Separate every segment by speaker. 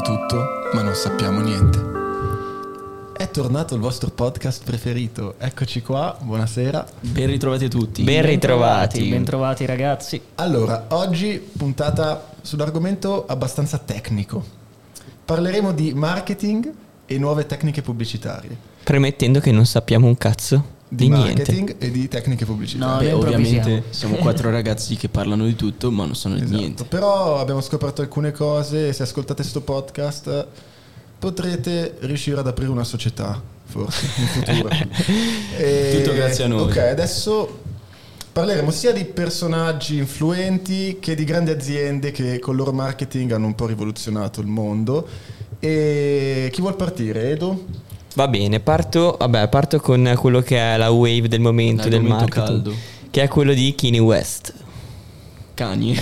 Speaker 1: tutto, ma non sappiamo niente. È tornato il vostro podcast preferito. Eccoci qua, buonasera.
Speaker 2: Ben ritrovati tutti.
Speaker 3: Ben ritrovati.
Speaker 4: Bentrovati ragazzi.
Speaker 1: Allora, oggi puntata sull'argomento abbastanza tecnico. Parleremo di marketing e nuove tecniche pubblicitarie.
Speaker 3: Premettendo che non sappiamo un cazzo di,
Speaker 1: Di
Speaker 3: niente.
Speaker 1: marketing e di tecniche pubblicitarie.
Speaker 4: No,
Speaker 2: Beh,
Speaker 4: noi
Speaker 2: ovviamente
Speaker 4: improvvisiamo.
Speaker 2: siamo quattro ragazzi che parlano di tutto, ma non sanno di
Speaker 1: Esatto.
Speaker 2: niente.
Speaker 1: Però abbiamo scoperto alcune cose. Se ascoltate sto podcast, potrete riuscire ad aprire una società, forse in futuro. E-
Speaker 2: Tutto grazie a noi.
Speaker 1: Ok, adesso parleremo sia di personaggi influenti che di grandi aziende che con il loro marketing hanno un po' rivoluzionato il mondo. E chi vuol partire? Edo?
Speaker 3: Va bene, parto, vabbè, parto con quello che è la wave del momento del
Speaker 2: L'argomento
Speaker 3: marketing,
Speaker 2: caldo.
Speaker 3: che è quello di Kanye West.
Speaker 2: Cani.
Speaker 1: e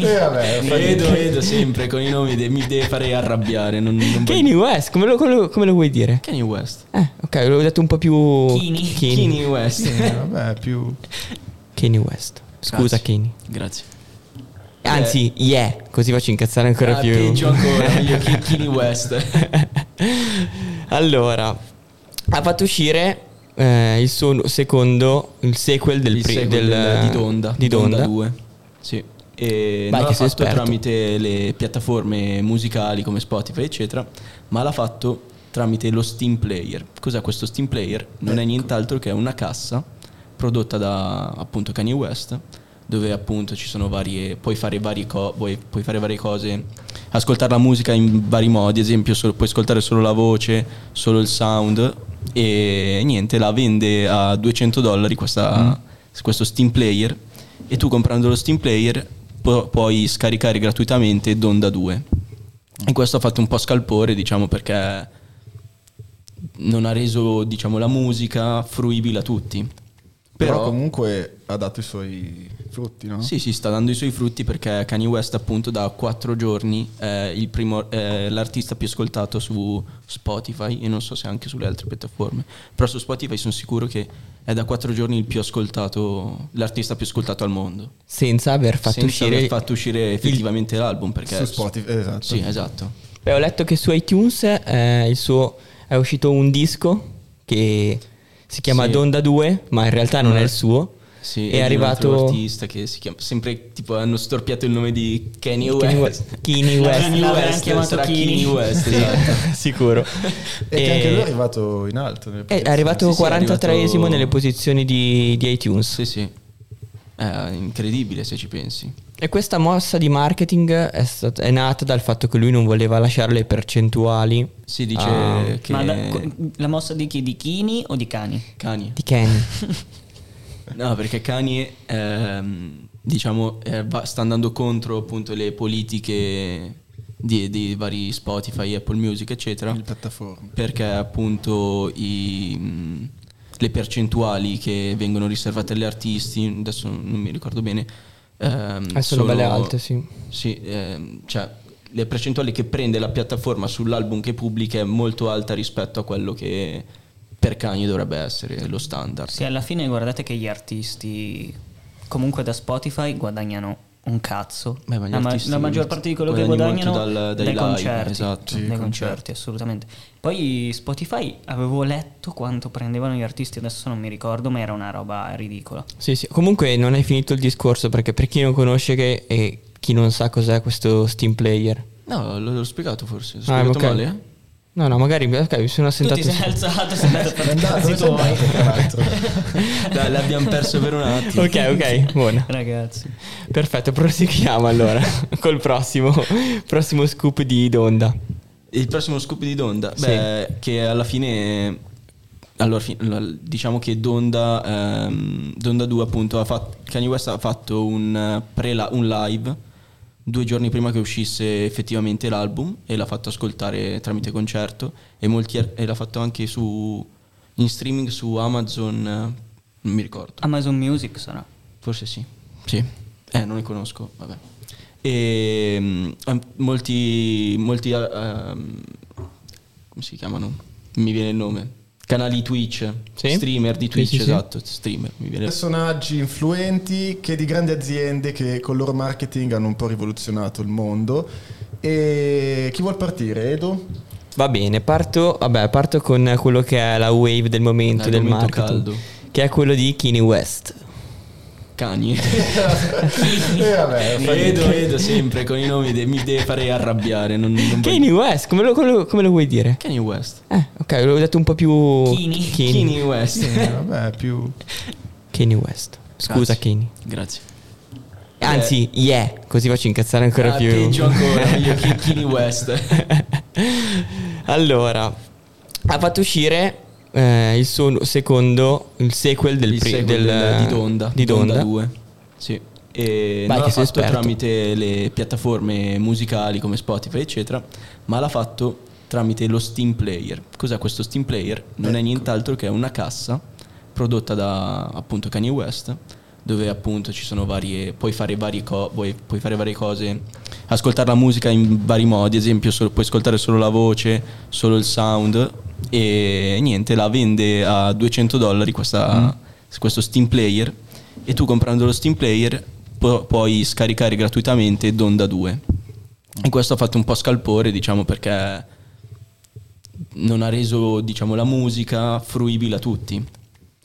Speaker 1: Eh, vabbè, fa-
Speaker 2: Vedo, vedo sempre con i nomi dei- mi deve fare arrabbiare. Non, non voglio-
Speaker 3: Kanye West, come lo, come lo- come lo vuoi dire?
Speaker 2: Kanye West.
Speaker 3: Eh, ok, l'ho detto un po' più
Speaker 4: Kanye.
Speaker 3: Kanye,
Speaker 2: Kanye West.
Speaker 1: eh, vabbè, più
Speaker 3: Kanye West.
Speaker 2: Grazie.
Speaker 3: Scusa
Speaker 2: Ah,
Speaker 3: Kanye.
Speaker 2: Grazie.
Speaker 3: Anzi, yeah, così faccio incazzare ancora
Speaker 2: Ah,
Speaker 3: più.
Speaker 2: Peggio ancora, meglio che Kanye West.
Speaker 3: allora, ha fatto uscire eh, il suo secondo, il sequel del
Speaker 2: Il
Speaker 3: pri-
Speaker 2: sequel
Speaker 3: del-
Speaker 2: del- di Donda.
Speaker 3: Di
Speaker 2: Donda
Speaker 3: Donda.
Speaker 2: 2. Sì. E non
Speaker 3: Vai,
Speaker 2: l'ha
Speaker 3: che sei
Speaker 2: fatto
Speaker 3: esperto.
Speaker 2: tramite le piattaforme musicali come Spotify, eccetera, ma l'ha fatto tramite lo Steam Player. Cos'è questo Steam Player? Non
Speaker 3: Ecco.
Speaker 2: è nient'altro che una cassa prodotta da appunto Kanye West dove appunto ci sono varie puoi fare varie, co- puoi, puoi fare varie cose ascoltare la musica in vari modi ad esempio solo- puoi ascoltare solo la voce solo il sound e niente la vende a 200 dollari questa,
Speaker 3: Mm.
Speaker 2: questo Steam Player e tu comprando lo Steam Player pu- puoi scaricare gratuitamente Donda 2 e questo ha fatto un po' scalpore diciamo perché non ha reso diciamo la musica fruibile a tutti
Speaker 1: però, comunque ha dato i suoi frutti, no?
Speaker 2: sì, sì, sta dando i suoi frutti perché Kanye West appunto da quattro giorni è il primo, è l'artista più ascoltato su Spotify e non so se anche sulle altre piattaforme, però su Spotify sono sicuro che è da quattro giorni il più ascoltato, l'artista più ascoltato al mondo.
Speaker 3: Senza aver fatto
Speaker 2: senza
Speaker 3: uscire...
Speaker 2: aver fatto uscire effettivamente l'album perché...
Speaker 1: Su Spotify, esatto.
Speaker 2: Sì, esatto.
Speaker 3: Beh, ho letto che su iTunes eh, il suo- è uscito un disco che si chiama
Speaker 2: Sì.
Speaker 3: Donda 2, ma in realtà non è il suo.
Speaker 2: Sì,
Speaker 3: è
Speaker 2: e di un altro
Speaker 3: arrivato
Speaker 2: artista che si chiama sempre tipo hanno storpiato il nome di Kanye
Speaker 3: Kanye
Speaker 2: West.
Speaker 3: West. Kanye West.
Speaker 2: Kanye
Speaker 4: L'avranno
Speaker 2: West,
Speaker 4: chiamato
Speaker 2: sarà
Speaker 4: Kanye.
Speaker 2: Kanye West, esatto.
Speaker 3: sicuro. Eh,
Speaker 1: E, che anche lui è arrivato in alto. nelle
Speaker 3: è
Speaker 1: posizioni.
Speaker 3: arrivato
Speaker 2: Sì, sì, è arrivato-
Speaker 3: 43esimo nelle posizioni di, di iTunes.
Speaker 2: Sì, sì. È incredibile se ci pensi.
Speaker 3: E questa mossa di marketing è, stat- è nata dal fatto che lui non voleva lasciare le percentuali
Speaker 2: Si dice
Speaker 3: Ah.
Speaker 2: che
Speaker 4: Ma da- co- la mossa di chi? Di chini o di cani?
Speaker 2: Kanye.
Speaker 3: di Kenny.
Speaker 2: No, perché Kanye ehm, diciamo eh, va- sta andando contro appunto le politiche di, di vari Spotify, Apple Music, eccetera.
Speaker 1: Le piattaforme.
Speaker 2: perché appunto i- mh, le percentuali che vengono riservate agli artisti, adesso non mi ricordo bene, ehm,
Speaker 3: Eh, sono belle alte, sì.
Speaker 2: sì, ehm, cioè le percentuali che prende la piattaforma sull'album che pubblica è molto alta rispetto a quello che per Kanye dovrebbe essere lo standard.
Speaker 4: Sì, alla fine guardate che gli artisti comunque da Spotify guadagnano un cazzo.
Speaker 2: Beh, ma gli
Speaker 4: la, ma-
Speaker 2: artisti
Speaker 4: la maggior parte di quello che
Speaker 2: guadagnano
Speaker 4: guadagnano
Speaker 2: molto dal- dai
Speaker 4: dai,
Speaker 2: live,
Speaker 4: concerti,
Speaker 2: esatto.
Speaker 1: Sì,
Speaker 4: dai
Speaker 1: concerti.
Speaker 4: concerti, assolutamente. Poi Spotify avevo letto quanto prendevano gli artisti, adesso non mi ricordo, ma era una roba ridicola.
Speaker 3: Sì, sì. Comunque non è finito il discorso perché per chi non conosce che, e chi non sa cos'è questo Steam Player.
Speaker 2: No, l'ho, l'ho spiegato forse, l'ho
Speaker 3: Ah,
Speaker 2: spiegato
Speaker 3: ok.
Speaker 2: male. eh?
Speaker 3: No, no, magari ok, mi sono
Speaker 4: Tu
Speaker 3: assentato.
Speaker 4: ti sei alzato, sei andato a
Speaker 1: È
Speaker 4: fare i
Speaker 1: andato,
Speaker 4: cazzi
Speaker 1: dove sei
Speaker 4: tuoi.
Speaker 1: andato, tra l'altro?
Speaker 2: Dai, l'abbiamo perso per un attimo.
Speaker 3: Ok, ok, buona.
Speaker 4: Ragazzi.
Speaker 3: Perfetto, proseguiamo allora col prossimo, prossimo scoop di Donda.
Speaker 2: Il prossimo scoop di Donda, beh, che alla fine, allora, fi- allora, diciamo che Donda, ehm, Donda 2 appunto, ha fatto, Kanye West ha fatto un, eh, pre- un live due giorni prima che uscisse effettivamente l'album e l'ha fatto ascoltare tramite concerto e, molti ar- e l'ha fatto anche su, in streaming su Amazon, eh, non mi ricordo.
Speaker 4: Amazon Music sarà.
Speaker 2: Forse sì. Sì. Eh, non ne conosco, vabbè. E mm, am- molti, molti eh, ehm, come si chiamano? Non Mi viene il nome. Canali Twitch,
Speaker 3: Sì.
Speaker 2: streamer di
Speaker 3: Sì,
Speaker 2: Twitch,
Speaker 3: sì, sì.
Speaker 2: esatto, streamer, mi viene.
Speaker 1: Personaggi influenti che di grandi aziende che con il loro marketing hanno un po' rivoluzionato il mondo. E chi vuol partire, Edo?
Speaker 3: Va bene, parto, vabbè, parto con quello che è la wave del momento del
Speaker 2: L'argomento
Speaker 3: marketing,
Speaker 2: caldo.
Speaker 3: che è quello di Kanye West.
Speaker 2: Cani.
Speaker 3: Eh,
Speaker 1: e Eh, vabbè,
Speaker 2: Edo, Edo, sempre con i nomi dei, mi deve fare arrabbiare. Non, non voglio-
Speaker 3: Kanye West, come lo, come lo- come lo vuoi dire?
Speaker 2: Kanye West.
Speaker 3: Eh, ok, l'ho detto un po' più
Speaker 4: Kini.
Speaker 3: Oh, Kini.
Speaker 2: Kanye West.
Speaker 1: eh, vabbè, più...
Speaker 3: Kanye West. Scusa,
Speaker 2: Grazie.
Speaker 3: Kanye.
Speaker 2: Grazie.
Speaker 3: Anzi, yeah, così faccio incazzare ancora
Speaker 2: Ah,
Speaker 3: più.
Speaker 2: Peggio ancora, meglio che Kanye West.
Speaker 3: allora, ha fatto uscire eh, il suo secondo, il sequel del
Speaker 2: il
Speaker 3: pri-
Speaker 2: sequel
Speaker 3: del-
Speaker 2: del- di Donda,
Speaker 3: Di Donda.
Speaker 2: 2. Sì. E
Speaker 3: Vai,
Speaker 2: non
Speaker 3: che
Speaker 2: l'ha
Speaker 3: sei
Speaker 2: fatto
Speaker 3: esperto.
Speaker 2: tramite le piattaforme musicali come Spotify, eccetera, ma l'ha fatto tramite lo Steam Player. Cos'è questo Steam Player? Non
Speaker 3: Ecco.
Speaker 2: è nient'altro che una cassa prodotta da appunto Kanye West dove appunto ci sono varie puoi fare varie, co- puoi, puoi fare varie cose ascoltare la musica in vari modi ad esempio solo- puoi ascoltare solo la voce solo il sound e niente la vende a 200 dollari questa,
Speaker 3: Mm.
Speaker 2: questo Steam Player e tu comprando lo Steam Player pu- puoi scaricare gratuitamente Donda 2 e questo ha fatto un po' scalpore diciamo perché non ha reso diciamo la musica fruibile a tutti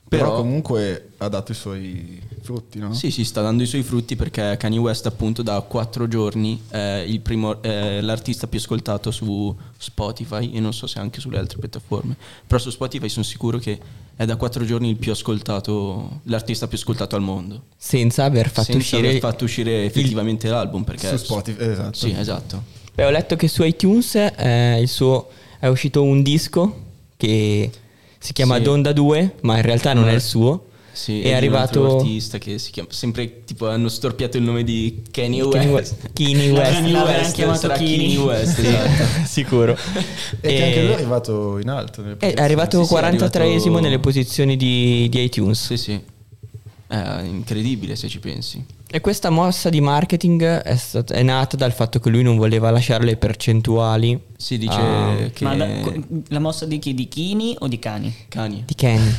Speaker 1: Però
Speaker 2: però
Speaker 1: comunque ha dato i suoi frutti, no?
Speaker 2: sì, sì, sta dando i suoi frutti perché Kanye West appunto da quattro giorni è il primo- è l'artista più ascoltato su Spotify e non so se anche sulle altre piattaforme, però su Spotify sono sicuro che è da quattro giorni il più ascoltato, l'artista più ascoltato al mondo.
Speaker 3: Senza aver fatto
Speaker 2: senza
Speaker 3: uscire...
Speaker 2: aver fatto uscire effettivamente l'album perché
Speaker 1: Su Spotify, esatto.
Speaker 2: Sì, esatto.
Speaker 3: Beh, ho letto che su iTunes eh, il suo- è uscito un disco che si chiama
Speaker 2: Sì.
Speaker 3: Donda 2, ma in realtà non è il suo.
Speaker 2: Sì,
Speaker 3: è,
Speaker 2: di un altro
Speaker 3: arrivato
Speaker 2: artista che si chiama sempre tipo hanno storpiato il nome di Kanye
Speaker 3: Kanye
Speaker 2: West.
Speaker 3: West. Kanye West.
Speaker 2: Kanye
Speaker 4: L'avranno
Speaker 2: West,
Speaker 4: chiamato
Speaker 2: sarà
Speaker 4: Kanye.
Speaker 2: Kanye West, esatto.
Speaker 3: sicuro.
Speaker 1: E, che anche lui è arrivato in alto. nelle
Speaker 3: Eh, è
Speaker 1: posizioni.
Speaker 3: arrivato
Speaker 2: Sì, sì, è
Speaker 3: 43esimo
Speaker 2: arrivato-
Speaker 3: nelle posizioni di, di iTunes.
Speaker 2: Sì, sì. È incredibile se ci pensi.
Speaker 3: E questa mossa di marketing è, stat- è nata dal fatto che lui non voleva lasciare le percentuali
Speaker 2: Si dice
Speaker 3: Ah.
Speaker 2: che
Speaker 4: Ma da- co- la mossa di chi? Di Chini o di Cani?
Speaker 2: Kanye.
Speaker 3: di Kenny.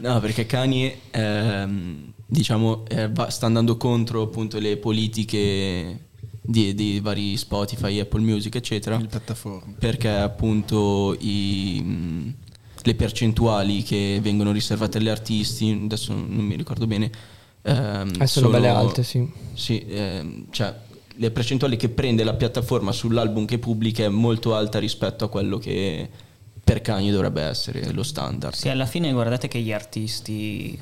Speaker 2: No, perché Kanye ehm, diciamo eh, va- sta andando contro appunto le politiche di, di vari Spotify, Apple Music, eccetera.
Speaker 1: Le piattaforme.
Speaker 2: Perché appunto i- mh, le percentuali che vengono riservate agli artisti, adesso non mi ricordo bene, ehm,
Speaker 3: Eh, sono belle alte, sì.
Speaker 2: Sì, ehm, cioè le percentuali che prende la piattaforma sull'album che pubblica è molto alta rispetto a quello che per Kanye dovrebbe essere lo standard.
Speaker 4: Sì, alla fine guardate che gli artisti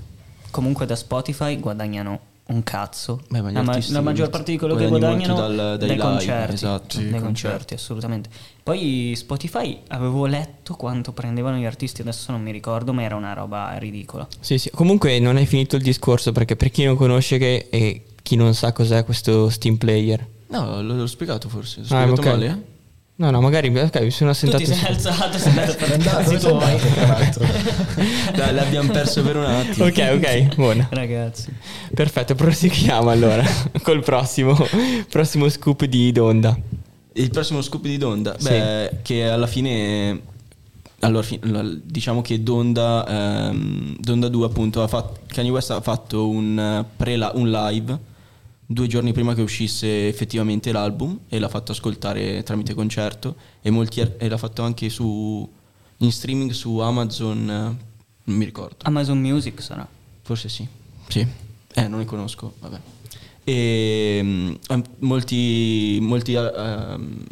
Speaker 4: comunque da Spotify guadagnano un cazzo.
Speaker 2: Beh, ma gli
Speaker 4: la, ma-
Speaker 2: artisti
Speaker 4: la maggior parte di quello che
Speaker 2: guadagnano
Speaker 4: guadagnano
Speaker 2: molto dal- dai
Speaker 4: dai,
Speaker 2: live,
Speaker 4: concerti.
Speaker 2: esatto. Sì,
Speaker 4: dai
Speaker 2: concerti.
Speaker 4: concerti, assolutamente. Poi Spotify avevo letto quanto prendevano gli artisti, adesso non mi ricordo, ma era una roba ridicola.
Speaker 3: Sì, sì. Comunque non hai finito il discorso perché per chi non conosce che- e chi non sa cos'è questo Steam Player.
Speaker 2: No, l'ho, l'ho spiegato forse. L'ho
Speaker 3: Ah,
Speaker 2: spiegato
Speaker 3: ok.
Speaker 2: male? eh?
Speaker 3: No, no, magari ok, mi sono
Speaker 4: Tu
Speaker 3: assentato.
Speaker 4: ti sei
Speaker 3: su-
Speaker 4: alzato, sei andato a fare i
Speaker 1: Andato,
Speaker 4: cazzi
Speaker 1: siete
Speaker 4: tuoi.
Speaker 1: andati, tra l'altro.
Speaker 2: Dai, l'abbiamo perso per un attimo.
Speaker 3: ok, ok, buono.
Speaker 4: Ragazzi,
Speaker 3: Perfetto, proseguiamo allora col prossimo, prossimo scoop di Donda.
Speaker 2: Il prossimo scoop di Donda,
Speaker 3: Sì.
Speaker 2: beh, che alla fine, allora, fi- la- diciamo che Donda, ehm, Donda 2 appunto, ha fatto, Kanye West ha fatto un, eh, pre- un live due giorni prima che uscisse effettivamente l'album e l'ha fatto ascoltare tramite concerto e, molti ar- e l'ha fatto anche su, in streaming su Amazon, eh, non mi ricordo.
Speaker 4: Amazon Music sarà.
Speaker 2: Forse sì. Sì. Eh, non li conosco, vabbè. E mm, am- molti, molti eh, ehm,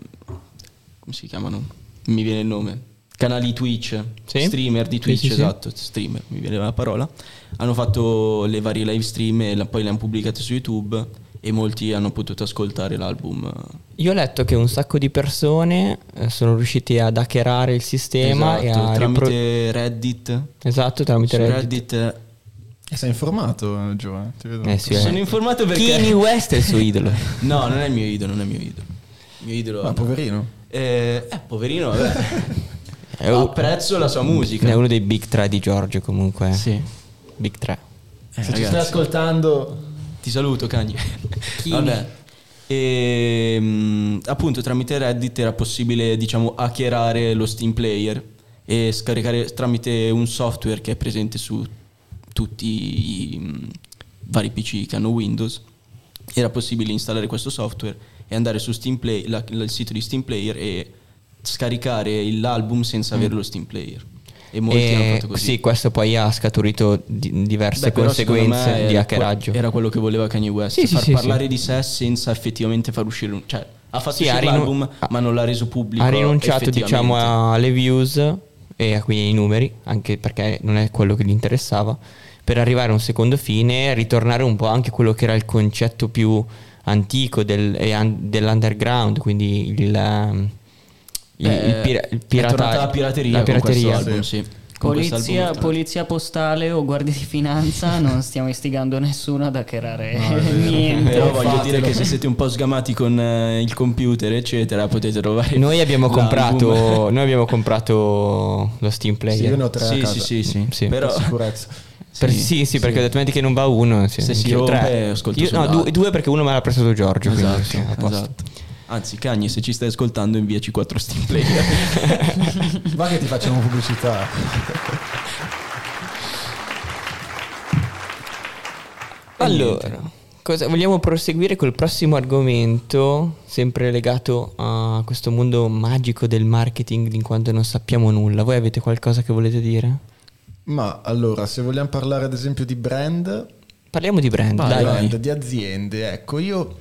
Speaker 2: come si chiamano? Mi viene il nome. Canali Twitch,
Speaker 3: Sì.
Speaker 2: streamer di
Speaker 3: Sì,
Speaker 2: Twitch,
Speaker 3: sì, sì.
Speaker 2: esatto, streamer, mi viene la parola. Hanno fatto le varie live stream e la- poi le hanno pubblicate su YouTube e molti hanno potuto ascoltare l'album.
Speaker 3: Io ho letto che un sacco di persone eh, sono riusciti ad hackerare il sistema e
Speaker 2: Esatto,
Speaker 3: a
Speaker 2: tramite
Speaker 3: ripro-
Speaker 2: Reddit.
Speaker 3: Esatto, tramite
Speaker 2: Su
Speaker 3: Reddit.
Speaker 2: Reddit. eh,
Speaker 1: E sei informato, eh, Giovanni? Ti vedo.
Speaker 3: Eh sì,
Speaker 2: Sono
Speaker 3: eh.
Speaker 2: informato perché
Speaker 3: Kanye West è il suo idolo.
Speaker 2: No, non è il mio idolo, non è il mio idolo. Il mio idolo
Speaker 1: Ma Ah, poverino.
Speaker 2: Eh, eh, poverino, vabbè.
Speaker 3: È un-
Speaker 2: Apprezzo la sua musica.
Speaker 3: è uno dei big 3 di Giorgio comunque.
Speaker 2: Sì.
Speaker 3: Big 3.
Speaker 2: Eh,
Speaker 1: Se ci
Speaker 2: ragazzi,
Speaker 1: stai ascoltando...
Speaker 2: ti saluto, Cagni. Vabbè. E, mm, appunto tramite Reddit era possibile, diciamo, hackerare lo Steam Player e scaricare tramite un software che è presente su tutti i mm, vari PC che hanno Windows era possibile installare questo software e andare su Steam Play- la- la- il sito di Steam Player e scaricare l'album senza avere lo Steam Player. E molti hanno
Speaker 3: E
Speaker 2: fatto così.
Speaker 3: Mm. Eh, sì, questo poi ha scaturito di- diverse
Speaker 2: Beh, però secondo me
Speaker 3: conseguenze di
Speaker 2: era
Speaker 3: hackeraggio.
Speaker 2: que- Era quello che voleva Kanye West,
Speaker 3: Sì, sì,
Speaker 2: far
Speaker 3: sì,
Speaker 2: parlare
Speaker 3: sì.
Speaker 2: di sé senza effettivamente far uscire un... Cioè, ha fatto
Speaker 3: Sì,
Speaker 2: uscire
Speaker 3: ha rinun-
Speaker 2: l'album,
Speaker 3: ha-
Speaker 2: ma non l'ha reso pubblico.
Speaker 3: ha rinunciato diciamo
Speaker 2: effettivamente.
Speaker 3: alle views e a quindi ai numeri, anche perché non è quello che gli interessava, per arrivare a un secondo fine e ritornare un po' anche a quello che era il concetto più antico del- e an- dell'underground, quindi il, um, il-
Speaker 2: Beh,
Speaker 3: il pira- il
Speaker 2: Eh, è
Speaker 3: pirata-
Speaker 2: tornata la pirateria,
Speaker 3: la pirateria.
Speaker 2: Con questo album, sì. Con questo album è
Speaker 4: Polizia,
Speaker 2: tornata.
Speaker 4: polizia postale o guardia di finanza, non stiamo istigando nessuno ad hackerare
Speaker 1: No, è vero.
Speaker 4: niente.
Speaker 2: Però voglio dire
Speaker 4: Fatelo.
Speaker 2: che se siete un po' sgamati con eh, il computer, eccetera, potete trovare.
Speaker 3: Noi abbiamo,
Speaker 2: l'album.
Speaker 3: comprato, noi abbiamo comprato lo Steam Player.
Speaker 1: Sì, io ne ho tre a
Speaker 2: Sì,
Speaker 1: casa.
Speaker 2: sì, sì, sì.
Speaker 3: Sì.
Speaker 2: Però
Speaker 1: Per sicurezza.
Speaker 3: Per- sì, sì, perché altrimenti che non va uno. Sì,
Speaker 2: Se si
Speaker 3: anch'io
Speaker 2: rompe,
Speaker 3: tre.
Speaker 2: ascolto
Speaker 3: Io- no,
Speaker 2: soldato.
Speaker 3: due, due perché uno me l'ha prestato Giorgio. quindi
Speaker 2: Esatto,
Speaker 3: sì, a posto.
Speaker 2: esatto. Anzi, Cagne, se ci stai ascoltando, inviaci 4 Steam Player.
Speaker 1: Va che ti facciamo pubblicità.
Speaker 3: Allora, cosa- vogliamo proseguire col prossimo argomento, sempre legato a questo mondo magico del marketing, in quanto non sappiamo nulla. Voi avete qualcosa che volete dire?
Speaker 1: Ma allora, se vogliamo parlare ad esempio di brand,
Speaker 3: Parliamo di brand,
Speaker 2: Vai,
Speaker 3: dai.
Speaker 2: vai.
Speaker 1: brand, di aziende, ecco, io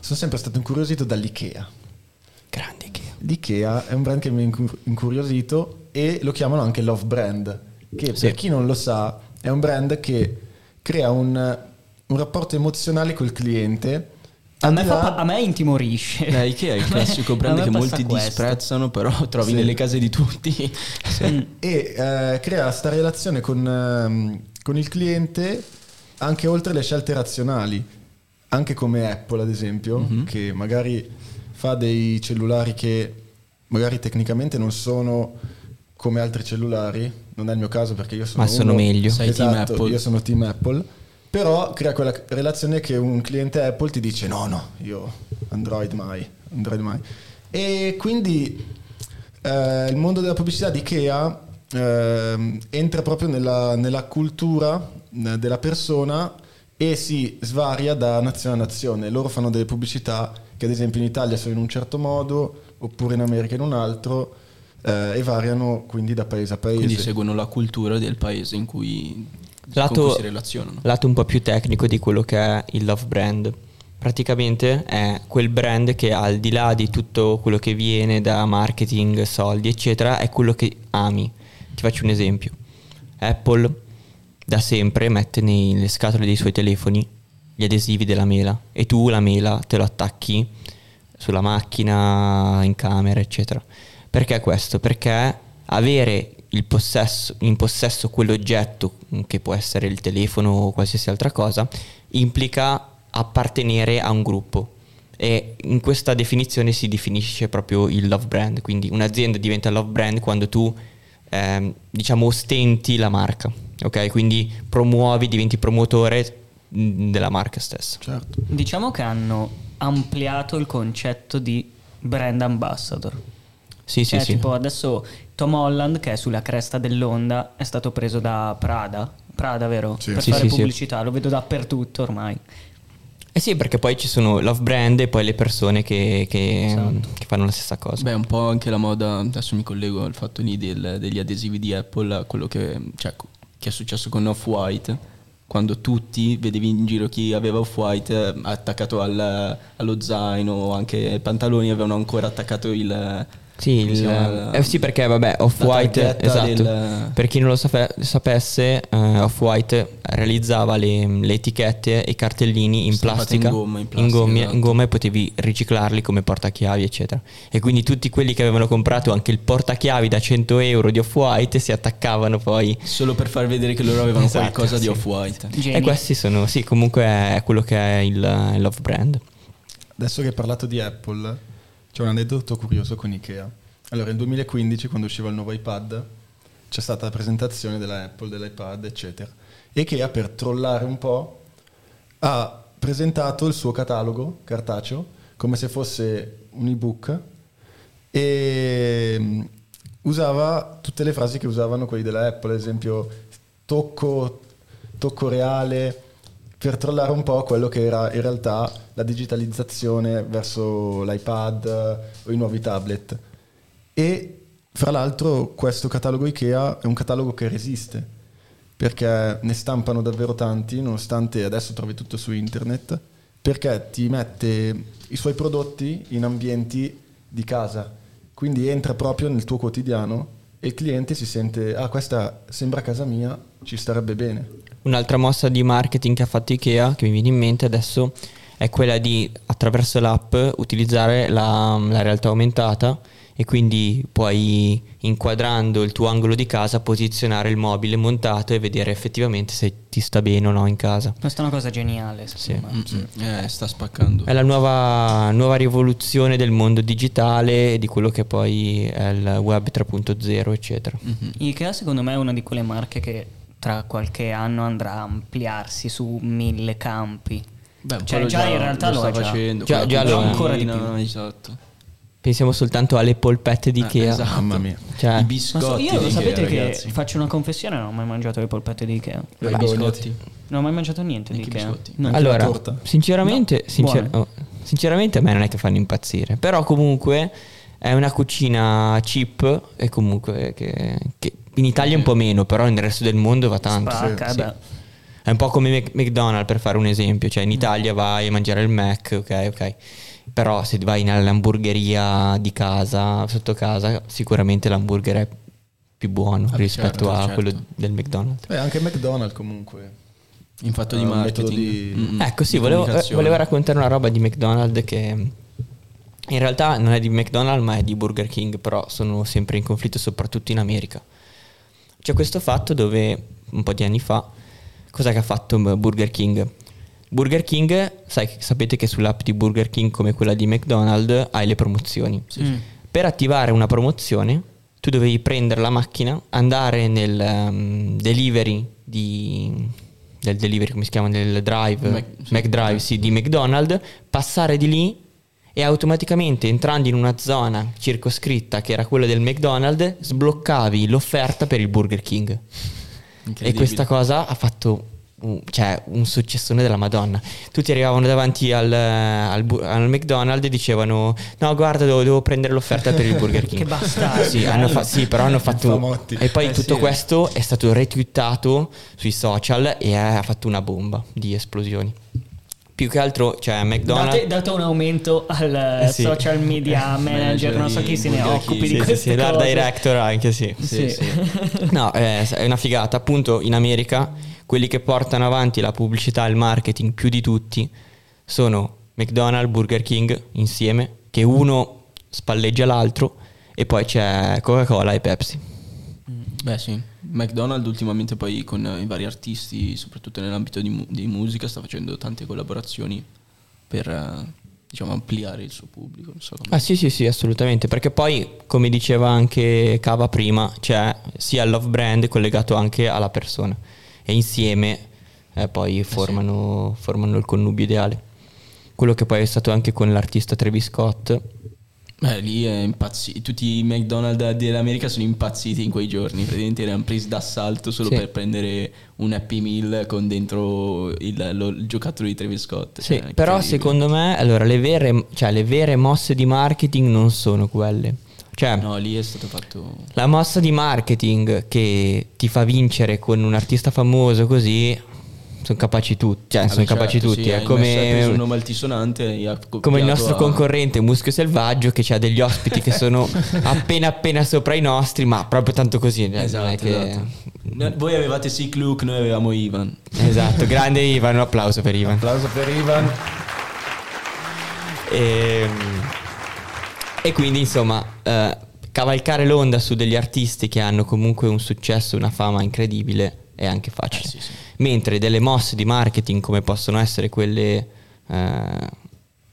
Speaker 1: sono sempre stato incuriosito dall'IKEA.
Speaker 3: Grande che...
Speaker 1: L'IKEA è un brand che mi ha incu- incuriosito e lo chiamano anche Love Brand, che
Speaker 3: Sì.
Speaker 1: per chi non lo sa è un brand che crea un, un rapporto emozionale col cliente.
Speaker 4: A me,
Speaker 1: Al di
Speaker 4: fa
Speaker 1: là-
Speaker 4: pa- a me intimorisce.
Speaker 2: Eh, Ikea è il
Speaker 4: A me-
Speaker 2: classico
Speaker 4: a
Speaker 2: brand
Speaker 4: me
Speaker 2: che
Speaker 4: passa
Speaker 2: molti
Speaker 4: questo.
Speaker 2: disprezzano, però trovi
Speaker 1: Sì.
Speaker 2: nelle case di tutti.
Speaker 4: Mm.
Speaker 1: e eh, crea questa relazione con, ehm, con il cliente anche oltre le scelte razionali, anche come Apple ad esempio,
Speaker 3: Mhm.
Speaker 1: che magari fa dei cellulari che magari tecnicamente non sono come altri cellulari, non è il mio caso perché io sono...
Speaker 3: Ma sono
Speaker 1: uno-
Speaker 3: meglio.
Speaker 2: Sei team
Speaker 1: Esatto,
Speaker 2: Apple.
Speaker 1: Io sono team Apple, però crea quella relazione che un cliente Apple ti dice no, no, io Android mai, Android mai. E quindi eh, il mondo della pubblicità di Ikea ehm, entra proprio nella, nella cultura eh, della persona e si svaria da nazione a nazione. Loro fanno delle pubblicità che ad esempio in Italia sono in un certo modo, oppure in America in un altro, eh, e variano quindi da paese a paese.
Speaker 2: Quindi seguono la cultura del paese in cui, con cui
Speaker 3: Lato,
Speaker 2: si relazionano.
Speaker 3: lato un po' più tecnico di quello che è il love brand. Praticamente è quel brand che al di là di tutto quello che viene da marketing, soldi, eccetera, è quello che ami. Ti faccio un esempio. Apple da sempre mette nelle scatole dei suoi telefoni gli adesivi della mela e tu la mela te lo attacchi sulla macchina, in camera, eccetera. Perché questo? Perché avere il possesso, in possesso quell'oggetto, mh, che può essere il telefono o qualsiasi altra cosa, implica appartenere a un gruppo. E in questa definizione si definisce proprio il love brand, quindi un'azienda diventa love brand quando tu ehm, diciamo ostenti la marca, ok? Quindi promuovi, diventi promotore mh, della marca stessa.
Speaker 1: Certo.
Speaker 4: Diciamo che hanno ampliato il concetto di brand ambassador.
Speaker 3: Sì, sì,
Speaker 4: Cioè,
Speaker 3: sì.
Speaker 4: tipo adesso Tom Holland, che è sulla cresta dell'onda, è stato preso da Prada. Prada, vero?
Speaker 1: Sì.
Speaker 4: Per
Speaker 3: Sì,
Speaker 4: fare
Speaker 3: sì, sì.
Speaker 4: pubblicità, lo vedo dappertutto ormai.
Speaker 3: Eh sì, perché poi ci sono love brand e poi le persone che, che,
Speaker 4: Esatto.
Speaker 3: che fanno la stessa cosa.
Speaker 2: Beh, un po' anche la moda, adesso mi collego al fatto lì del- degli adesivi di Apple, a quello che, cioè, co- che è successo con Off-White, quando tutti vedevi in giro chi aveva Off-White eh, attaccato al- allo zaino, o anche ai pantaloni avevano ancora attaccato il...
Speaker 3: Sì,
Speaker 2: come si
Speaker 3: il-
Speaker 2: chiama, la-
Speaker 3: eh sì, perché vabbè,
Speaker 2: la
Speaker 3: Off-White,
Speaker 2: targhetta
Speaker 3: esatto.
Speaker 2: del-
Speaker 3: Per chi non lo sape- sapesse, eh, Off-White realizzava le, le etichette e i cartellini in
Speaker 2: Stampate
Speaker 3: plastica,
Speaker 2: in gomma, in plastica,
Speaker 3: gomma-
Speaker 2: esatto.
Speaker 3: in gomma e potevi riciclarli come portachiavi, eccetera. E quindi tutti quelli che avevano comprato anche il portachiavi da 100 euro di Off-White si attaccavano poi.
Speaker 2: Solo per far vedere che loro avevano
Speaker 3: Esatto,
Speaker 2: qualcosa
Speaker 3: sì.
Speaker 2: di Off-White.
Speaker 4: Geni.
Speaker 3: E questi sono, sì, comunque è quello che è il, il love brand.
Speaker 1: Adesso che hai parlato di Apple, c'è un aneddoto curioso con Ikea. Allora, nel 2015, quando usciva il nuovo iPad, c'è stata la presentazione della Apple, dell'iPad, eccetera. Ikea, per trollare un po', ha presentato il suo catalogo cartaceo come se fosse un ebook e mm, usava tutte le frasi che usavano quelli della Apple, ad esempio tocco, tocco reale, per trollare un po' quello che era in realtà la digitalizzazione verso l'iPad eh, o i nuovi tablet. E fra l'altro questo catalogo IKEA è un catalogo che resiste, perché ne stampano davvero tanti, nonostante adesso trovi tutto su internet, perché ti mette i suoi prodotti in ambienti di casa, quindi entra proprio nel tuo quotidiano e il cliente si sente, ah questa sembra casa mia, ci starebbe bene.
Speaker 3: Un'altra mossa di marketing che ha fatto Ikea, che mi viene in mente adesso, è quella di attraverso l'app utilizzare la, la realtà aumentata e quindi puoi, inquadrando il tuo angolo di casa, posizionare il mobile montato e vedere effettivamente se ti sta bene o no in casa.
Speaker 4: Questa è una cosa geniale, secondo me.
Speaker 2: Eh, sta spaccando.
Speaker 3: È la nuova, nuova rivoluzione del mondo digitale e di quello che poi è il web 3.0, eccetera.
Speaker 2: Mm. Mm-hmm.
Speaker 4: Ikea secondo me è una di quelle marche che tra qualche anno andrà a ampliarsi su mille campi.
Speaker 2: Beh,
Speaker 4: cioè
Speaker 2: quello
Speaker 4: già, in realtà lo,
Speaker 2: sta
Speaker 4: è già.
Speaker 2: facendo.
Speaker 3: Già-
Speaker 2: quella
Speaker 3: già lo è.
Speaker 2: cucina,
Speaker 4: Ancora di più.
Speaker 2: Esatto.
Speaker 3: Pensiamo soltanto alle polpette di
Speaker 2: Eh,
Speaker 3: Ikea.
Speaker 2: esatto.
Speaker 1: Mamma mia.
Speaker 3: Cioè,
Speaker 2: I
Speaker 4: Non
Speaker 2: biscotti.
Speaker 4: so, io
Speaker 2: di
Speaker 4: sapete
Speaker 2: Ikea,
Speaker 4: che
Speaker 2: ragazzi.
Speaker 4: faccio una confessione, non ho mai mangiato le polpette di Ikea.
Speaker 2: I biscotti.
Speaker 4: Non ho mai mangiato niente
Speaker 2: Neanche
Speaker 4: di Ikea.
Speaker 2: i biscotti.
Speaker 4: No.
Speaker 3: allora,
Speaker 1: torta.
Speaker 3: sinceramente,
Speaker 4: No,
Speaker 3: sincer-
Speaker 4: buone.
Speaker 3: oh, sinceramente a me non è che fanno impazzire, però comunque è una cucina cheap e comunque che, che in Italia un po' meno, però nel resto del mondo va tanto.
Speaker 4: Spacca,
Speaker 3: Sì.
Speaker 2: eh
Speaker 4: beh.
Speaker 3: È un po' come Mac- McDonald's per fare un esempio, cioè in Italia vai a mangiare il Mac, ok, ok. Però se vai nell'hamburgeria di casa, sotto casa, sicuramente l'hamburger è più buono
Speaker 2: Ah,
Speaker 3: rispetto
Speaker 2: certo,
Speaker 3: a
Speaker 2: certo.
Speaker 3: quello del McDonald's.
Speaker 1: Beh, anche McDonald's comunque.
Speaker 2: In fatto
Speaker 1: Ah,
Speaker 2: di
Speaker 1: un metodo
Speaker 2: marketing.
Speaker 1: di-
Speaker 2: Mm-mm.
Speaker 3: Ecco, sì,
Speaker 2: Di
Speaker 3: volevo, eh,
Speaker 2: comunicazione.
Speaker 3: volevo raccontare una roba di McDonald's che mm, in realtà non è di McDonald's ma è di Burger King, però sono sempre in conflitto soprattutto in America. C'è questo fatto dove un po' di anni fa, cosa che ha fatto mm, Burger King? Burger King, sai- sapete che sull'app di Burger King come quella di McDonald's hai le promozioni.
Speaker 4: Mm.
Speaker 3: Per attivare una promozione, tu dovevi prendere la macchina, andare nel ehm, delivery di del delivery, come si chiama, del drive,
Speaker 2: Mac-
Speaker 3: Mac,
Speaker 2: sì.
Speaker 3: Drive, sì, di McDonald's, passare di lì e automaticamente entrando in una zona circoscritta che era quella del McDonald's, sbloccavi l'offerta per il Burger King. E
Speaker 2: Incredibile.
Speaker 3: questa cosa ha fatto un, cioè, un successone della Madonna. Tutti arrivavano davanti al, eh, al, bu- al McDonald's e dicevano: No, guarda, devo, devo prendere l'offerta per il Burger King.
Speaker 4: Che bastardi.
Speaker 3: Sì, hanno fa- sì, però hanno fatto.
Speaker 1: Famotti.
Speaker 3: E poi
Speaker 2: Eh,
Speaker 3: tutto
Speaker 2: sì.
Speaker 3: questo è stato retweetato sui social e ha fatto una bomba di esplosioni. Più che altro, cioè, McDonald's.
Speaker 4: Date, date un aumento al
Speaker 3: Eh, sì.
Speaker 4: social media manager,
Speaker 2: Manager
Speaker 4: non so chi
Speaker 2: di
Speaker 4: se ne
Speaker 2: Burger
Speaker 4: occupi
Speaker 2: King.
Speaker 4: di
Speaker 3: sì, sì,
Speaker 4: queste
Speaker 3: sì, l'art
Speaker 4: cose.
Speaker 3: director anche, sì.
Speaker 2: Sì,
Speaker 4: Sì.
Speaker 2: sì.
Speaker 3: No, eh, è una figata. Appunto, in America quelli che portano avanti la pubblicità e il marketing più di tutti sono McDonald's, Burger King insieme, che uno spalleggia l'altro e poi c'è Coca-Cola e Pepsi.
Speaker 2: Beh sì, McDonald's ultimamente poi con eh, i vari artisti, soprattutto nell'ambito di, mu- di musica, sta facendo tante collaborazioni per eh, diciamo ampliare il suo pubblico. Non so come.
Speaker 3: Ah sì sì sì assolutamente perché poi come diceva anche Cava prima c'è sia il love brand collegato anche alla persona e insieme eh, poi formano, formano il connubio ideale quello che poi è stato anche con l'artista Travis Scott
Speaker 2: Eh, lì è impazzi- Tutti i McDonald's dell'America sono impazziti in quei giorni. Praticamente erano presi d'assalto solo
Speaker 3: Sì.
Speaker 2: per prendere un Happy Meal con dentro il, lo- il giocattolo di Travis Scott.
Speaker 3: Sì,
Speaker 2: Cioè,
Speaker 3: Eh, però
Speaker 2: incredibile.
Speaker 3: secondo me allora, le, vere, cioè, le vere mosse di marketing non sono quelle cioè
Speaker 2: No, lì è stato fatto.
Speaker 3: la mossa di marketing che ti fa vincere con un artista famoso così sono capaci tutti cioè
Speaker 2: Ah,
Speaker 3: sono
Speaker 2: beh,
Speaker 3: capaci
Speaker 2: certo,
Speaker 3: tutti
Speaker 2: sì,
Speaker 3: è
Speaker 2: hai messo- hai
Speaker 3: come
Speaker 2: preso un nome altisonante e ha co-
Speaker 3: come il
Speaker 2: copiato
Speaker 3: nostro
Speaker 2: a-
Speaker 3: concorrente Muschio Selvaggio che ha degli ospiti che sono appena appena sopra i nostri, ma proprio tanto così. eh, non è
Speaker 2: Esatto,
Speaker 3: che-
Speaker 2: esatto. No, Voi avevate Sick Luke, noi avevamo Ivan.
Speaker 3: Esatto, grande Ivan, un applauso per Ivan.
Speaker 1: Applauso per Ivan.
Speaker 3: E, Ehm, e quindi insomma eh, cavalcare l'onda su degli artisti che hanno comunque un successo, una fama incredibile è anche facile.
Speaker 2: Eh, sì, sì.
Speaker 3: Mentre delle mosse di marketing come possono essere quelle eh,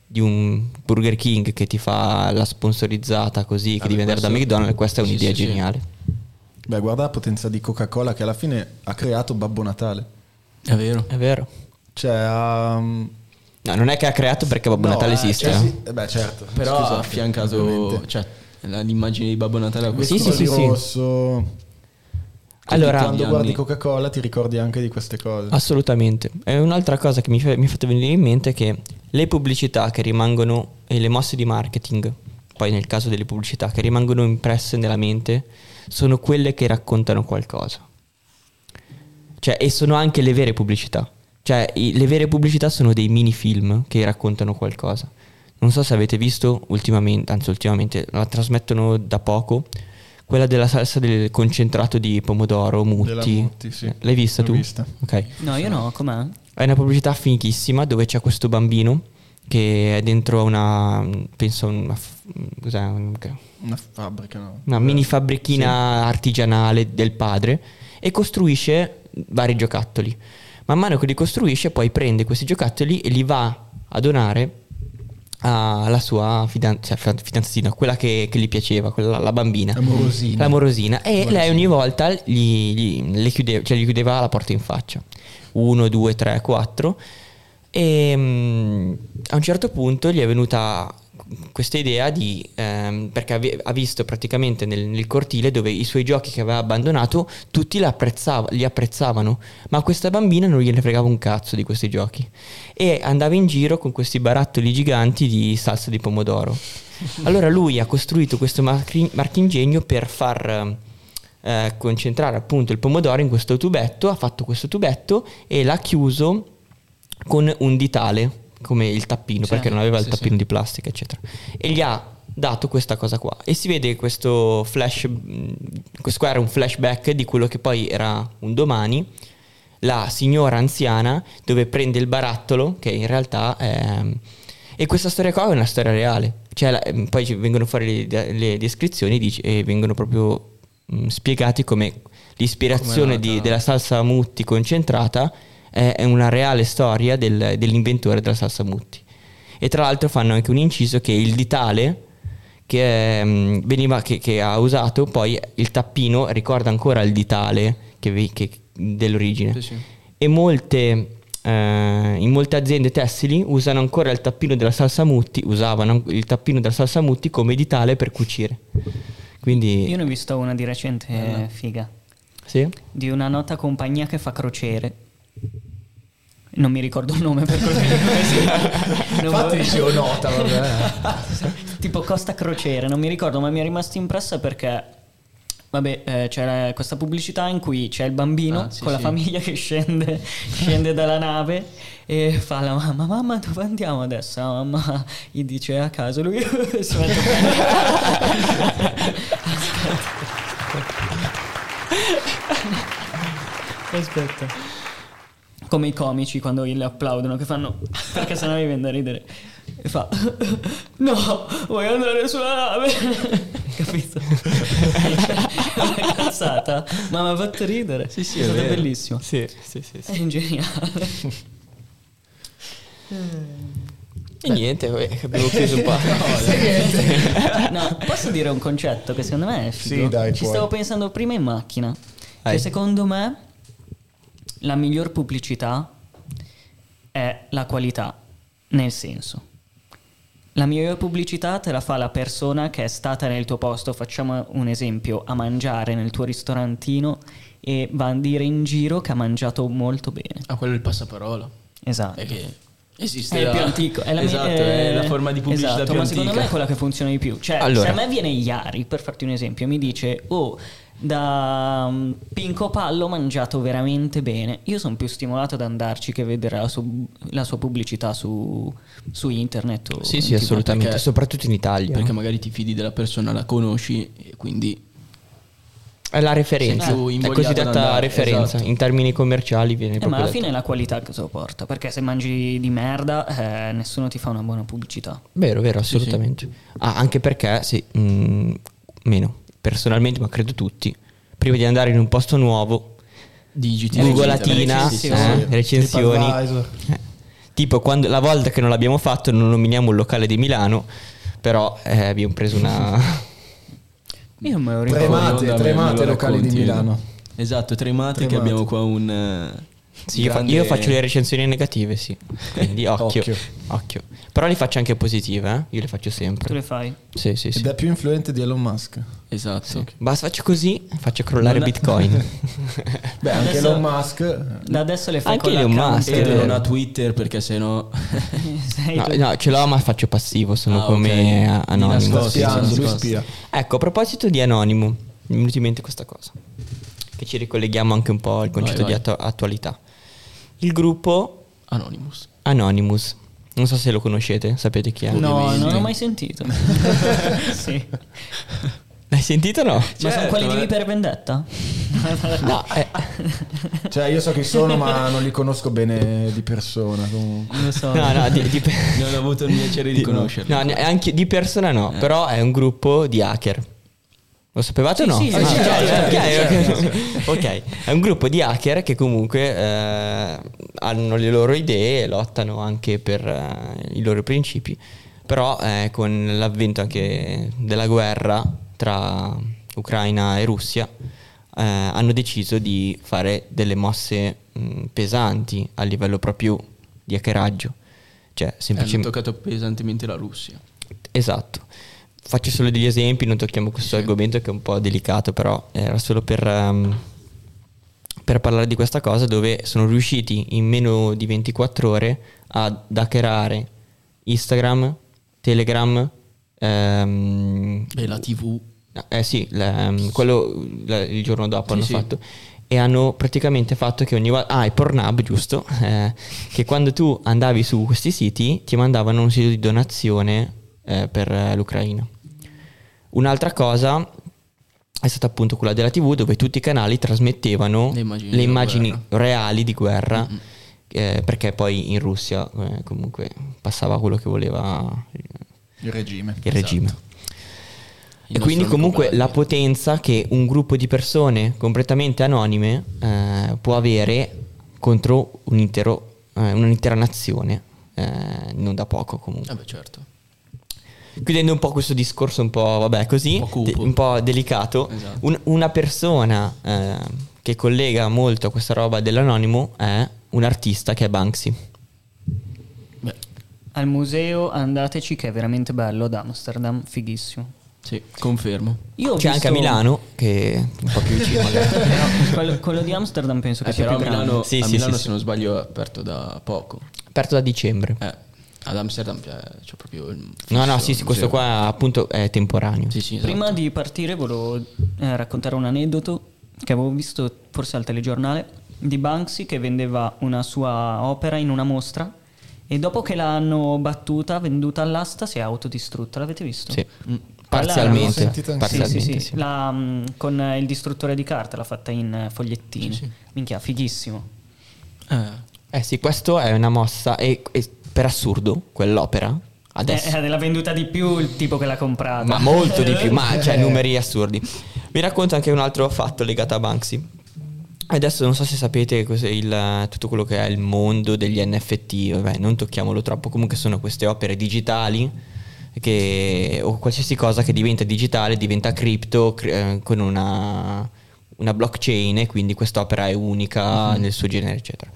Speaker 3: di un Burger King che ti fa la sponsorizzata così, che
Speaker 2: beh,
Speaker 3: devi andare da
Speaker 2: questo-
Speaker 3: McDonald's, questa è
Speaker 2: sì,
Speaker 3: un'idea
Speaker 2: sì, sì.
Speaker 3: geniale.
Speaker 1: Beh, guarda la potenza di Coca-Cola che alla fine ha creato Babbo Natale.
Speaker 2: È vero.
Speaker 3: È vero.
Speaker 1: Cioè, ha...
Speaker 3: No, non è che ha creato perché Babbo
Speaker 1: No,
Speaker 3: Natale
Speaker 1: eh,
Speaker 3: esiste.
Speaker 1: cioè,
Speaker 3: no?
Speaker 1: sì, eh, beh, certo.
Speaker 2: Però
Speaker 1: Scusa,
Speaker 2: ha affiancato
Speaker 1: ovviamente.
Speaker 2: cioè, la- l'immagine di Babbo Natale a questo.
Speaker 3: sì,
Speaker 1: Vestito
Speaker 3: sì,
Speaker 1: di
Speaker 3: sì.
Speaker 1: rosso. Quindi
Speaker 3: Allora-
Speaker 1: quando
Speaker 2: Gli
Speaker 1: guardi
Speaker 2: anni.
Speaker 1: Coca-Cola ti ricordi anche di queste cose.
Speaker 3: Assolutamente. E un'altra cosa che mi, fa- mi ha fatto venire in mente è che le pubblicità che rimangono e le mosse di marketing, poi nel caso delle pubblicità che rimangono impresse nella mente, sono quelle che raccontano qualcosa. Cioè, e sono anche le vere pubblicità. Cioè, i- le vere pubblicità sono dei mini film che raccontano qualcosa. Non so se avete visto ultimamente, anzi ultimamente, la trasmettono da poco, quella della salsa del concentrato di pomodoro, mutti.
Speaker 1: Della Mutti, sì.
Speaker 3: L'hai vista
Speaker 1: L'ho
Speaker 3: tu?
Speaker 1: vista.
Speaker 3: Ok.
Speaker 4: No, io no, com'è?
Speaker 3: È una pubblicità finchissima dove c'è questo bambino che è dentro una, penso, una, f- cos'è, un-
Speaker 1: Una fabbrica, no?
Speaker 3: una mini fabbrichina artigianale del padre e costruisce vari giocattoli. Man mano che li costruisce poi prende questi giocattoli e li va a donare alla sua fidan- cioè, fidan- fidanzatina, quella che, che gli piaceva, quella, la bambina.
Speaker 1: Amorosina.
Speaker 3: La morosina. E lei ogni volta gli, gli- le chiude- cioè, gli chiudeva la porta in faccia. Uno, due, tre, quattro. E mm, a un certo punto gli è venuta questa idea di... ehm, perché ave- ha visto praticamente nel, nel cortile dove i suoi giochi che aveva abbandonato tutti li, apprezzava- li apprezzavano, ma a questa bambina non gliene fregava un cazzo di questi giochi. E andava in giro con questi barattoli giganti di salsa di pomodoro. Allora lui ha costruito questo marchi- marchingegno per far ehm, eh, concentrare appunto il pomodoro in questo tubetto, ha fatto questo tubetto e l'ha chiuso con un ditale, come il tappino,
Speaker 2: Sì,
Speaker 3: perché non aveva il
Speaker 2: sì,
Speaker 3: tappino di plastica, eccetera. E gli ha dato questa cosa qua. E si vede questo flash, mh, questo qua era un flashback di quello che poi era un domani, la signora anziana dove prende il barattolo, che in realtà è... mm, E questa storia qua è una storia reale. Cioè, la- ehm, poi ci vengono fuori le, le descrizioni dice- e vengono proprio mh, spiegati come l'ispirazione
Speaker 1: Come
Speaker 3: di-
Speaker 1: nata.
Speaker 3: della salsa Mutti concentrata è, è una reale storia del- dell'inventore della salsa Mutti. E tra l'altro fanno anche un inciso che il ditale che, ehm, veniva- che- che ha usato, poi il tappino ricorda ancora il ditale che vi- che- dell'origine.
Speaker 2: Sì, sì.
Speaker 3: E molte, eh, in molte aziende tessili usano ancora il tappino della salsa Mutti, usavano il tappino della salsa Mutti come ditale per cucire. Quindi...
Speaker 4: Io ne ho visto una di recente eh, figa.
Speaker 3: Sì?
Speaker 4: Di una nota compagnia che fa crociere. Non mi ricordo il nome per così.
Speaker 1: Infatti dicevo nota, vabbè.
Speaker 4: tipo Costa Crociere, non mi ricordo, ma mi è rimasta impressa perché. Vabbè, eh, c'era questa pubblicità in cui c'è il bambino
Speaker 2: Ah, sì,
Speaker 4: con la
Speaker 2: sì.
Speaker 4: famiglia che scende, scende dalla nave e fa alla mamma: Mamma, dove andiamo adesso? La mamma gli dice a caso, lui si mette a prendere- Aspetta. Aspetta. Come i comici quando le applaudono, che fanno perché sennò mi viene da ridere. E fa: No, vuoi andare sulla nave? Capito? È una cazzata, ma mi ha fatto ridere.
Speaker 2: Sì, sì,
Speaker 4: è,
Speaker 2: è
Speaker 4: stato
Speaker 2: vero.
Speaker 4: bellissimo.
Speaker 3: Sì, sì, sì.
Speaker 4: È geniale.
Speaker 3: E niente, vabbè, abbiamo chiuso un po'.
Speaker 4: No, posso dire un concetto che secondo me è figo?
Speaker 1: Sì, dai,
Speaker 4: Ci
Speaker 1: puoi.
Speaker 4: stavo pensando prima in macchina. Che
Speaker 3: Vai.
Speaker 4: secondo me la miglior pubblicità è la qualità, nel senso. La miglior pubblicità te la fa la persona che è stata nel tuo posto, facciamo un esempio, a mangiare nel tuo ristorantino e va a dire in giro che ha mangiato molto bene.
Speaker 2: Ah, quello è il passaparola.
Speaker 4: Esatto.
Speaker 2: È che esiste
Speaker 4: È il
Speaker 2: la-
Speaker 4: più antico, è la, mi-
Speaker 2: esatto,
Speaker 4: eh,
Speaker 2: è la forma di pubblicità
Speaker 4: esatto,
Speaker 2: più
Speaker 4: ma
Speaker 2: antica.
Speaker 4: secondo me è quella che funziona di più. Cioè,
Speaker 3: Allora.
Speaker 4: se a me viene Iari, per farti un esempio, e mi dice, oh, da mm, Pinco Pallo ho mangiato veramente bene, io sono più stimolato ad andarci che vedere la, su- la sua pubblicità su, su internet. o
Speaker 3: Sì,
Speaker 4: in
Speaker 3: sì,
Speaker 4: TV.
Speaker 3: assolutamente,
Speaker 2: perché-
Speaker 3: soprattutto in Italia.
Speaker 2: Perché
Speaker 3: no?
Speaker 2: magari ti fidi della persona, la conosci e quindi
Speaker 3: È la referenza,
Speaker 2: Sei più
Speaker 3: è
Speaker 2: invogliato ad
Speaker 3: cosiddetta
Speaker 2: andare,
Speaker 3: referenza.
Speaker 2: esatto.
Speaker 3: In termini commerciali viene
Speaker 4: Eh, ma
Speaker 3: proprio
Speaker 4: alla
Speaker 3: detto.
Speaker 4: fine è la qualità che se lo porta, perché se mangi di merda eh, nessuno ti fa una buona pubblicità.
Speaker 3: Vero, vero, assolutamente. Ah, anche perché, sì, mh, meno, personalmente, ma credo tutti, prima di andare in un posto nuovo,
Speaker 2: digiti.
Speaker 3: Google
Speaker 2: digiti.
Speaker 3: Latina,
Speaker 4: recensioni.
Speaker 3: eh, recensioni.
Speaker 1: TripAdvisor.
Speaker 3: Eh, Tipo, quando, la volta che non l'abbiamo fatto, non nominiamo un locale di Milano, però eh, abbiamo preso una...
Speaker 4: Io non me lo ricordo.
Speaker 1: Tremate,
Speaker 2: Vabbè,
Speaker 1: tremate
Speaker 2: me lo
Speaker 1: locali di
Speaker 2: racconti,
Speaker 1: Milano.
Speaker 2: vedo. Esatto, tremate,
Speaker 1: Tremate.
Speaker 2: che abbiamo qua un eh,
Speaker 3: Sì, io, fa-
Speaker 2: Grande-
Speaker 3: io faccio le recensioni negative, sì. Quindi occhio,
Speaker 1: Occhio.
Speaker 3: occhio. Però le faccio anche positive, eh? Io le faccio sempre.
Speaker 4: Tu le fai? Eh,
Speaker 3: Sì, sì, sì.
Speaker 1: Ed è più influente di Elon Musk.
Speaker 2: Esatto.
Speaker 3: Basta, faccio così, faccio crollare
Speaker 2: Non è-
Speaker 3: Bitcoin.
Speaker 1: Beh, anche
Speaker 4: Adesso-
Speaker 1: Elon Musk. eh,
Speaker 4: Da adesso le fai
Speaker 3: Anche
Speaker 4: con
Speaker 3: Elon
Speaker 4: l'account.
Speaker 3: Musk.
Speaker 2: E
Speaker 3: vero.
Speaker 2: non ha Twitter perché sennò
Speaker 4: Sei
Speaker 3: No,
Speaker 4: tu.
Speaker 3: no, ce l'ho ma faccio passivo, sono
Speaker 2: Ah, ok.
Speaker 3: come eh,
Speaker 2: Di
Speaker 1: Sta
Speaker 3: anonimo.
Speaker 2: nascosto. Sì,
Speaker 1: spiando,
Speaker 2: sì,
Speaker 1: lui
Speaker 2: sì.
Speaker 1: spia.
Speaker 3: Ecco, a proposito di anonimo, mi è venuta in mente questa cosa, che ci ricolleghiamo anche un po' al concetto
Speaker 2: vai.
Speaker 3: di attu- attualità. Il gruppo
Speaker 2: Anonymous.
Speaker 3: Anonymous, non so se lo conoscete, sapete chi è?
Speaker 4: No, non
Speaker 2: Ovviamente.
Speaker 4: l'ho mai sentito. sì.
Speaker 3: L'hai sentito o no?
Speaker 4: Ma sono
Speaker 2: Certo,
Speaker 4: quelli di
Speaker 2: eh.
Speaker 4: V per vendetta?
Speaker 3: No, eh,
Speaker 1: Cioè, io so chi sono, ma non li conosco bene di persona. Comunque.
Speaker 4: Non lo so.
Speaker 3: no, no, di, di pe-
Speaker 2: Non ho avuto il piacere di conoscerlo. Eh,
Speaker 3: No, neanche di persona no, però è un gruppo di hacker. Lo sapevate o no?
Speaker 4: Sì, sì,
Speaker 3: Ah,
Speaker 4: sì,
Speaker 3: ok,
Speaker 4: certo,
Speaker 3: ok,
Speaker 4: certo,
Speaker 3: ok. Ok, è un gruppo di hacker che comunque eh, hanno le loro idee e lottano anche per eh, i loro principi. Però eh, con l'avvento anche della guerra tra Ucraina e Russia eh, hanno deciso di fare delle mosse mh, pesanti a livello proprio di hackeraggio. Cioè,
Speaker 2: Hanno
Speaker 3: semplicemente...
Speaker 2: toccato pesantemente la Russia.
Speaker 3: Esatto. Faccio solo degli esempi, non tocchiamo questo argomento che è un po' delicato, però era solo per, ehm, per parlare di questa cosa dove sono riusciti in meno di 24 ore ad hackerare Instagram, Telegram, ehm,
Speaker 2: E la TV.
Speaker 3: eh sì, la- quello la- il giorno dopo
Speaker 2: Sì,
Speaker 3: hanno
Speaker 2: sì.
Speaker 3: fatto. E hanno praticamente fatto che ogni volta... Ah, e Pornhub, giusto? Eh, che quando tu andavi su questi siti ti mandavano un sito di donazione eh, per eh, l'Ucraina. Un'altra cosa è stata appunto quella della TV dove tutti i canali trasmettevano
Speaker 2: Le immagini
Speaker 3: le
Speaker 2: della
Speaker 3: immagini
Speaker 2: guerra.
Speaker 3: reali di guerra. eh, perché poi in Russia eh, comunque passava quello che voleva il
Speaker 1: Il regime.
Speaker 2: Esatto.
Speaker 3: regime.
Speaker 2: Il
Speaker 3: E quindi
Speaker 2: nostro
Speaker 3: comunque
Speaker 2: amico
Speaker 3: la
Speaker 2: Biden.
Speaker 3: potenza che un gruppo di persone completamente anonime eh, può avere contro un intero, eh, un'intera nazione, eh, non da poco comunque.
Speaker 2: Vabbè, certo.
Speaker 3: Chiudendo un po' questo discorso un po', vabbè, così,
Speaker 2: Un po' cupo.
Speaker 3: de- un po' delicato,
Speaker 2: Esatto.
Speaker 3: un- una persona eh, che collega molto a questa roba dell'anonimo è un artista che è Banksy.
Speaker 2: Beh,
Speaker 4: Al museo andateci che è veramente bello ad Amsterdam, fighissimo.
Speaker 2: sì, confermo.
Speaker 4: Io ho
Speaker 3: C'è anche
Speaker 4: visto-
Speaker 3: a Milano, che è un po' più vicino magari.
Speaker 4: Però quello, quello di Amsterdam penso che
Speaker 2: Eh,
Speaker 4: sia
Speaker 2: però a
Speaker 4: più grande.
Speaker 2: Milano,
Speaker 3: Sì,
Speaker 2: a
Speaker 3: sì,
Speaker 2: Milano
Speaker 3: sì,
Speaker 2: se
Speaker 3: sì.
Speaker 2: non sbaglio, è aperto da poco.
Speaker 3: Aperto da dicembre.
Speaker 2: Eh, ad Amsterdam c'è, c'è proprio il
Speaker 3: No, no,
Speaker 2: fisso,
Speaker 3: sì, sì,
Speaker 2: il
Speaker 3: questo
Speaker 2: museo.
Speaker 3: qua appunto è temporaneo.
Speaker 2: Sì, sì, esatto.
Speaker 4: Prima di partire volevo eh, raccontare un aneddoto che avevo visto forse al telegiornale di Banksy che vendeva una sua opera in una mostra e dopo che l'hanno battuta, venduta all'asta, si è autodistrutta. L'avete visto?
Speaker 3: Sì.
Speaker 2: Mm.
Speaker 1: l'avevo
Speaker 3: Parzialmente,
Speaker 1: sentita anch'io.
Speaker 4: Sì, sì,
Speaker 3: parzialmente,
Speaker 4: sì.
Speaker 3: sì.
Speaker 4: La, mm, con eh, il distruttore di carta l'ha fatta in eh, fogliettini.
Speaker 2: Sì, sì.
Speaker 4: Minchia, fighissimo.
Speaker 2: Eh,
Speaker 3: Eh sì, questo è una mossa e, e per assurdo quell'opera adesso
Speaker 4: Eh, eh, l'ha venduta di più il tipo che l'ha comprata.
Speaker 3: ma molto di più, ma
Speaker 4: eh.
Speaker 3: cioè numeri assurdi. Vi racconto anche un altro fatto legato a Banksy. Adesso non so se sapete cos'è il- tutto quello che è il mondo degli NFT, vabbè, non tocchiamolo troppo, comunque sono queste opere digitali che, o qualsiasi cosa che diventa digitale, diventa cripto cri- eh, con una, una blockchain e quindi quest'opera è unica nel suo genere, eccetera.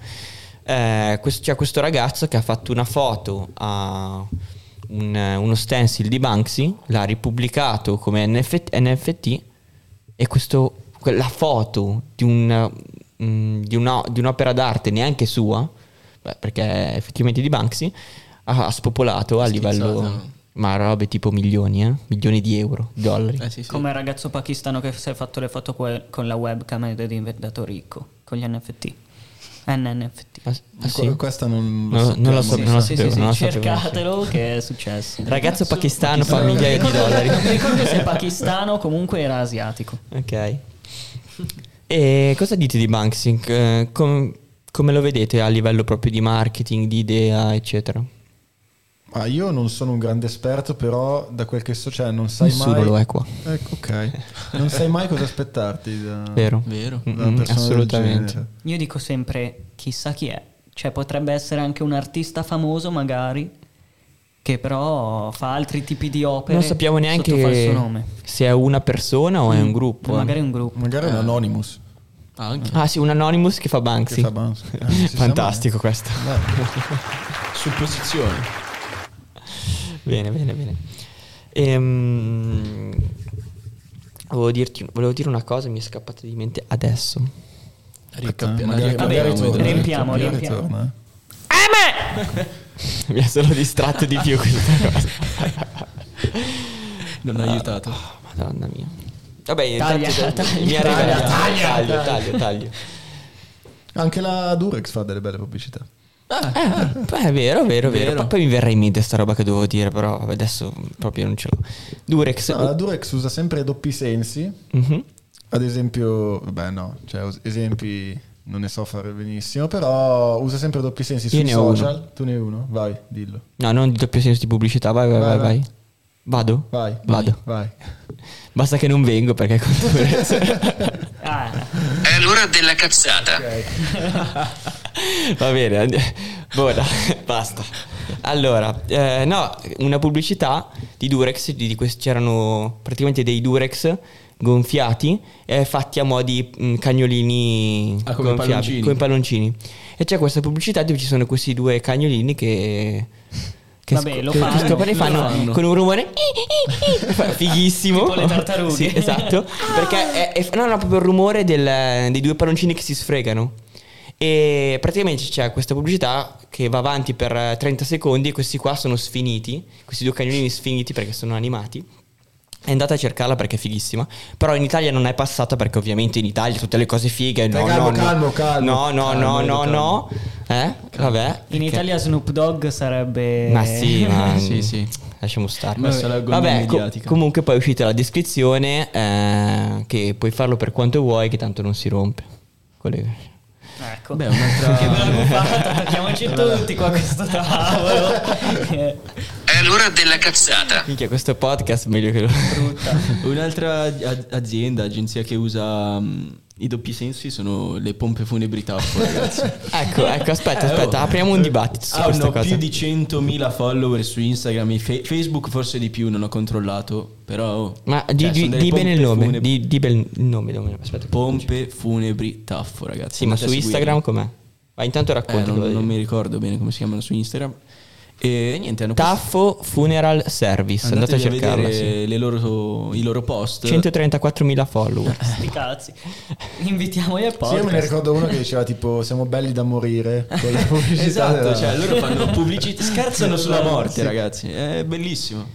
Speaker 3: Eh, questo- c'è questo ragazzo che ha fatto una foto a un- uno stencil di Banksy, l'ha ripubblicato come NFT, NFT e questo, la foto di, un, mm, di una- di un'opera d'arte neanche sua, beh, perché è effettivamente di Banksy, ha, ha spopolato a
Speaker 2: Schizzata,
Speaker 3: livello...
Speaker 2: no?
Speaker 3: Ma robe tipo milioni, eh? milioni di euro, di dollari.
Speaker 2: eh, sì, sì.
Speaker 4: Come il ragazzo pakistano che si è fatto le foto que- con la webcam ed è diventato ricco con gli NFT. NNFT.
Speaker 3: Ah, ah, sì?
Speaker 1: Qu- Questa non
Speaker 3: No,
Speaker 1: lo
Speaker 3: non
Speaker 1: sappiamo.
Speaker 3: lo so- non lo sapevo, non lo sapevo.
Speaker 4: cercatelo che è successo.
Speaker 3: Ragazzo pakistano fa
Speaker 4: Non
Speaker 3: migliaia di
Speaker 4: ricordo-
Speaker 3: dollari.
Speaker 4: Non ricordo se è pakistano, comunque era asiatico.
Speaker 3: Ok. E cosa dite di Banksy? Eh, com- come lo vedete a livello proprio di marketing, di idea, eccetera?
Speaker 1: Ah, io non sono un grande esperto, però da quel che so, cioè, non sai
Speaker 3: Nessuno
Speaker 1: mai.
Speaker 3: lo è qua.
Speaker 1: Ecco, ok. Non sai mai cosa aspettarti. Da,
Speaker 3: Vero?
Speaker 2: Vero.
Speaker 1: da una
Speaker 3: Mm, mm,
Speaker 1: persona del
Speaker 3: assolutamente.
Speaker 1: genere.
Speaker 4: Io dico sempre chissà chi è. Cioè potrebbe essere anche un artista famoso magari che però fa altri tipi di opere.
Speaker 3: Non sappiamo neanche
Speaker 4: sotto falso nome. Mm,
Speaker 3: se è una persona o è un gruppo. eh.
Speaker 4: Magari un gruppo.
Speaker 1: Magari è un Anonymous.
Speaker 2: Ah, anche.
Speaker 3: Ah sì, un Anonymous che fa
Speaker 1: Che
Speaker 3: Banksy.
Speaker 1: fa Banksy. Ah, non si sa
Speaker 3: Fantastico questo.
Speaker 1: mai. Dai.
Speaker 2: Supposizione.
Speaker 3: Bene, bene, bene. Ehm, volevo, dirti- volevo dire una cosa, mi è scappata di mente adesso.
Speaker 1: Aspetta,
Speaker 2: Ricappia-
Speaker 1: magari-
Speaker 2: ricappia-
Speaker 1: magari
Speaker 4: Vabbè,
Speaker 1: torna,
Speaker 4: riempiamo,
Speaker 1: magari
Speaker 4: riempiamo.
Speaker 1: torna, eh.
Speaker 3: mi ha solo distratto di più questa cosa.
Speaker 2: Non ha aiutato.
Speaker 3: Madonna mia. Vabbè,
Speaker 4: Taglia,
Speaker 3: intanto-
Speaker 4: taglia,
Speaker 3: mi arriva-
Speaker 4: taglia,
Speaker 3: taglio, taglio, taglio, taglio.
Speaker 1: Anche la Durex fa delle belle pubblicità.
Speaker 4: Ah,
Speaker 3: Eh, beh, è vero, vero, vero.
Speaker 2: Vero.
Speaker 3: Poi- Poi mi verrà in mente sta roba che dovevo dire, però vabbè, adesso proprio non ce l'ho. Durex.
Speaker 1: No, la Durex usa sempre doppi sensi.
Speaker 3: Mhm.
Speaker 1: Ad esempio, beh no, cioè os- esempi non ne so fare benissimo, però usa sempre doppi sensi
Speaker 3: Io
Speaker 1: sui
Speaker 3: ne ho uno.
Speaker 1: social. Tu ne hai uno? Vai, dillo.
Speaker 3: No, non di doppio senso di pubblicità, vai, vai,
Speaker 1: Vai,
Speaker 3: vai,
Speaker 1: vai.
Speaker 3: vai. Vado?
Speaker 1: Vai.
Speaker 3: Vado.
Speaker 1: Vai.
Speaker 3: Basta che non vengo perché con Durex.
Speaker 4: Ah,
Speaker 5: È l'ora della cazzata.
Speaker 3: Va bene, andiamo. Buona, basta. Allora, eh, no, una pubblicità di Durex, di, di questi- c'erano praticamente dei Durex gonfiati eh, fatti a mo' di mm, cagnolini
Speaker 2: Ah, come
Speaker 3: gonfiabili,
Speaker 2: palloncini.
Speaker 3: come palloncini. E c'è questa pubblicità dove ci sono questi due cagnolini che... Che
Speaker 4: Vabbè,
Speaker 3: sc-
Speaker 4: lo
Speaker 3: che- che
Speaker 4: fanno,
Speaker 3: scappano e
Speaker 4: lo
Speaker 3: fanno,
Speaker 2: fanno.
Speaker 3: con un rumore "Eh, fighissimo.
Speaker 4: Tipo le tartarughe.
Speaker 3: Sì, esatto. perché è, è- no, no, proprio il rumore del- dei due palloncini che si sfregano. E praticamente c'è questa pubblicità che va avanti per eh, 30 secondi e questi qua sono sfiniti, questi due cagnolini sfiniti perché sono animati. È andata a cercarla perché è fighissima. Però in Italia non è passata perché ovviamente in Italia tutte le cose fighe.
Speaker 1: Dai,
Speaker 3: No,
Speaker 1: Cioè, calmo,
Speaker 3: no,
Speaker 1: calmo,
Speaker 3: no.
Speaker 1: calmo.
Speaker 3: No, no,
Speaker 1: Calmo,
Speaker 3: no, no,
Speaker 1: calmo.
Speaker 3: no. Eh? Vabbè.
Speaker 4: in
Speaker 3: perché-
Speaker 4: Italia Snoop Dogg sarebbe...
Speaker 3: Ma sì, ma
Speaker 2: Sì, sì.
Speaker 3: lasciamo stare.
Speaker 2: Eh. Messo alla gogna
Speaker 3: Vabbè, co-
Speaker 2: mediatica.
Speaker 3: comunque poi è uscita la descrizione eh, che puoi farlo per quanto vuoi che tanto non si rompe. Quello-
Speaker 4: Ecco.
Speaker 2: Beh, un'altra-
Speaker 4: Che bella buffata, attacchiamoci tutti qua a questo tavolo. Che
Speaker 5: È l'ora della cazzata.
Speaker 3: Minchia, questo podcast meglio che lo...
Speaker 4: brutta.
Speaker 2: Un'altra a- azienda, agenzia che usa mm, i doppi sensi sono le pompe funebri tappo, ragazzi.
Speaker 3: Ecco, ecco, aspetta,
Speaker 2: Eh,
Speaker 3: aspetta,
Speaker 2: oh.
Speaker 3: apriamo un dibattito su
Speaker 2: Ah,
Speaker 3: questa
Speaker 2: no,
Speaker 3: cosa.
Speaker 2: più di 100.000 follower su Instagram e Fe- Facebook forse di più, non ho controllato, però... oh,
Speaker 3: Ma
Speaker 2: cioè,
Speaker 3: di,
Speaker 2: sono
Speaker 3: di-
Speaker 2: delle
Speaker 3: di bene il
Speaker 2: pompe
Speaker 3: nome,
Speaker 2: funebri-
Speaker 3: di, di bel il nome, nome, aspetta.
Speaker 2: Pompe funebri taffo, ragazzi.
Speaker 3: Sì, ma
Speaker 2: andate
Speaker 3: su
Speaker 2: a seguirli.
Speaker 3: Instagram com'è? Ma intanto
Speaker 2: Eh,
Speaker 3: racconta.
Speaker 2: non,
Speaker 3: quello
Speaker 2: non
Speaker 3: di-
Speaker 2: mi ricordo bene come si chiamano su Instagram. E niente, hanno
Speaker 3: Taffo Funeral Service, andate,
Speaker 2: Andatevi
Speaker 3: a cercarla, sì.
Speaker 2: vedere le loro- i loro post.
Speaker 3: 134.000 follower.
Speaker 4: Sti cazzi. Invitiamoli al
Speaker 1: Sì, io me ne
Speaker 4: podcast.
Speaker 1: ricordo uno che diceva tipo siamo belli da morire con la pubblicità.
Speaker 2: Esatto,
Speaker 1: della-
Speaker 2: cioè loro fanno pubblicità, scherzano sulla morte,
Speaker 1: Sì.
Speaker 2: ragazzi. È bellissimo.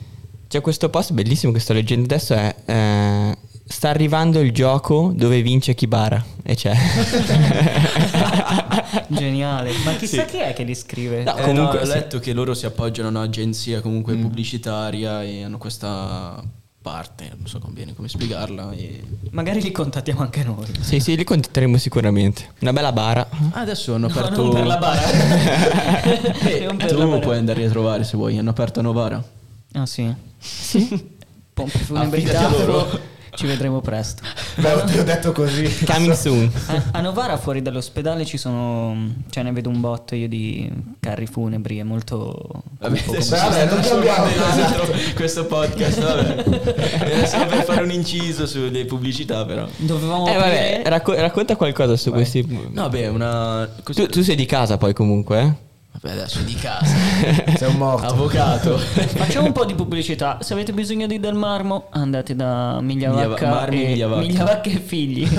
Speaker 3: C'è questo post bellissimo che sto leggendo adesso è eh, sta arrivando il gioco dove vince Kibara e c'è.
Speaker 4: Geniale. Ma chissà
Speaker 3: Sì.
Speaker 4: chi è che li scrive.
Speaker 3: No,
Speaker 2: Eh,
Speaker 3: comunque
Speaker 2: no, ho
Speaker 3: sì.
Speaker 2: letto che loro si appoggiano a un'agenzia comunque
Speaker 4: Mm.
Speaker 2: pubblicitaria e hanno questa parte, non so com- bene come spiegarla. e-
Speaker 4: Magari li contattiamo anche noi.
Speaker 3: Sì, sì, li contatteremo sicuramente. Una bella bara.
Speaker 2: Ah, adesso hanno
Speaker 4: No,
Speaker 2: aperto...
Speaker 4: non per la bara.
Speaker 2: Eh,
Speaker 4: Non per la
Speaker 2: tu
Speaker 4: bara.
Speaker 2: puoi andare a trovare se vuoi, hanno aperto a Novara.
Speaker 4: Ah sì. Pompe funebri
Speaker 2: Affidati a
Speaker 4: d'Afro.
Speaker 2: loro.
Speaker 4: Ci vedremo presto.
Speaker 1: Beh, ti ho detto così.
Speaker 3: Coming soon.
Speaker 2: Eh,
Speaker 4: A, a Novara fuori dall'ospedale ci sono... Cioè ne vedo un botto io di carri funebri. È molto...
Speaker 2: Vabbè, adesso
Speaker 1: Vabbè,
Speaker 2: stanno
Speaker 1: non
Speaker 2: solo
Speaker 1: cambiamo,
Speaker 2: analizzando questo podcast, vabbè. Era solo per fare un inciso sulle pubblicità, però.
Speaker 4: Dovevamo...
Speaker 3: Eh vabbè,
Speaker 4: aprire-
Speaker 3: racco- racconta qualcosa su questi.
Speaker 2: No, beh, una... così-
Speaker 3: Tu, tu sei di casa poi comunque, eh?
Speaker 2: Vabbè, adesso di casa.
Speaker 1: Sei un morto.
Speaker 2: Avvocato.
Speaker 4: Facciamo un po' di pubblicità. Se avete bisogno di del marmo, andate da Migliavacca,
Speaker 2: Miglia- Marmi
Speaker 4: e,
Speaker 2: Migliavacca.
Speaker 4: Migliavacca e figli.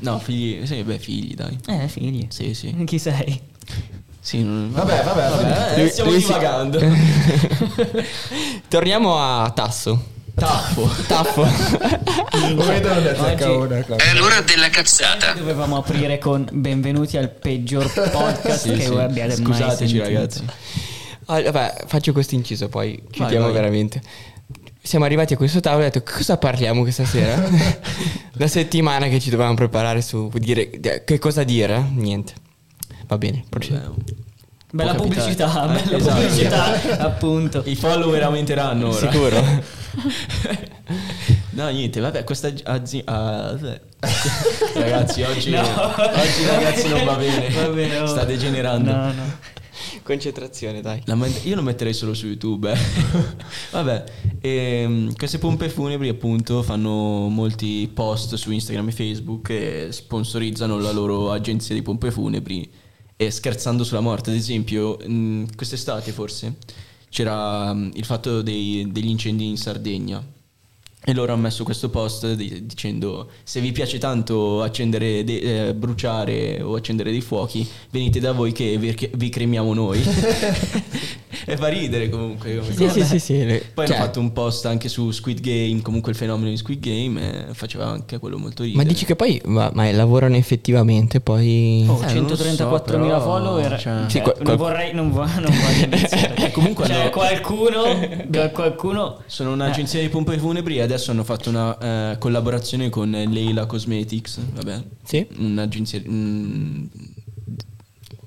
Speaker 2: No, figli... Sì, beh, figli, dai.
Speaker 4: eh, figli.
Speaker 2: Sì, sì.
Speaker 4: Chi sei?
Speaker 2: Sì, non-
Speaker 1: Vabbè, vabbè, vabbè.
Speaker 2: Eh, stiamo
Speaker 3: Lui- lui si-
Speaker 2: divagando.
Speaker 3: Torniamo a Tasso.
Speaker 2: Tappo.
Speaker 3: Taffo.
Speaker 1: Come te l'ho detto,
Speaker 4: Oggi-
Speaker 1: cavolo, una cosa.
Speaker 5: È l'ora della cazzata.
Speaker 4: Dovevamo aprire con benvenuti al peggior podcast
Speaker 2: Sì,
Speaker 4: che
Speaker 2: sì.
Speaker 4: voi abbiate mai
Speaker 2: Scusateci,
Speaker 4: sentito.
Speaker 2: ragazzi.
Speaker 3: Ah, vabbè, faccio questo inciso, poi chiudiamo
Speaker 2: vai.
Speaker 3: veramente. Siamo arrivati a questo tavolo e ho detto cosa parliamo questa sera? La settimana che ci dovevamo preparare su dire de- che cosa dire, eh? niente. Va bene, procediamo.
Speaker 4: Bella
Speaker 2: Può capitare.
Speaker 4: pubblicità,
Speaker 2: Eh,
Speaker 4: bella
Speaker 2: esatto.
Speaker 4: pubblicità, appunto.
Speaker 2: I follower aumenteranno ora.
Speaker 3: Sicuro?
Speaker 2: No, niente, vabbè, questa ah, azienda... ragazzi, oggi,
Speaker 4: No.
Speaker 2: oggi ragazzi non va bene.
Speaker 4: Va bene, oh.
Speaker 2: Sta degenerando. Eh,
Speaker 4: No, no.
Speaker 3: Concentrazione, dai.
Speaker 2: La man- io lo metterei solo su YouTube. eh. Vabbè, ehm, queste pompe funebri appunto fanno molti post su Instagram e Facebook e sponsorizzano la loro agenzia di pompe funebri e scherzando sulla morte. Ad esempio, mh, quest'estate forse c'era mh, il fatto dei- degli incendi in Sardegna. E loro hanno messo questo post di- dicendo se vi piace tanto accendere, de- eh, bruciare o accendere dei fuochi, venite da voi che vi, che vi cremiamo noi. e fa ridere comunque. come
Speaker 3: Sì,
Speaker 2: cosa.
Speaker 3: sì, sì, sì, le-
Speaker 2: Poi
Speaker 3: cioè-
Speaker 2: hanno fatto un post anche su Squid Game, comunque il fenomeno di Squid Game, eh, faceva anche quello molto ridere.
Speaker 3: Ma dici che poi ma, ma lavorano effettivamente, poi...
Speaker 4: Oh,
Speaker 2: Eh, non lo so,
Speaker 4: 134.000
Speaker 2: però,
Speaker 4: follower.
Speaker 2: cioè-
Speaker 4: Cioè,
Speaker 3: Sì, qual-
Speaker 4: non
Speaker 3: qual-
Speaker 4: vorrei, non, vo- non voglio iniziare.
Speaker 2: Eh, Comunque
Speaker 4: cioè,
Speaker 2: hanno-
Speaker 4: qualcuno, qualcuno
Speaker 2: Sono un'agenzia di pompe funebri e adesso hanno fatto una eh, collaborazione con Leila Cosmetics, vabbè.
Speaker 3: Sì.
Speaker 2: Un'agenzia... mm,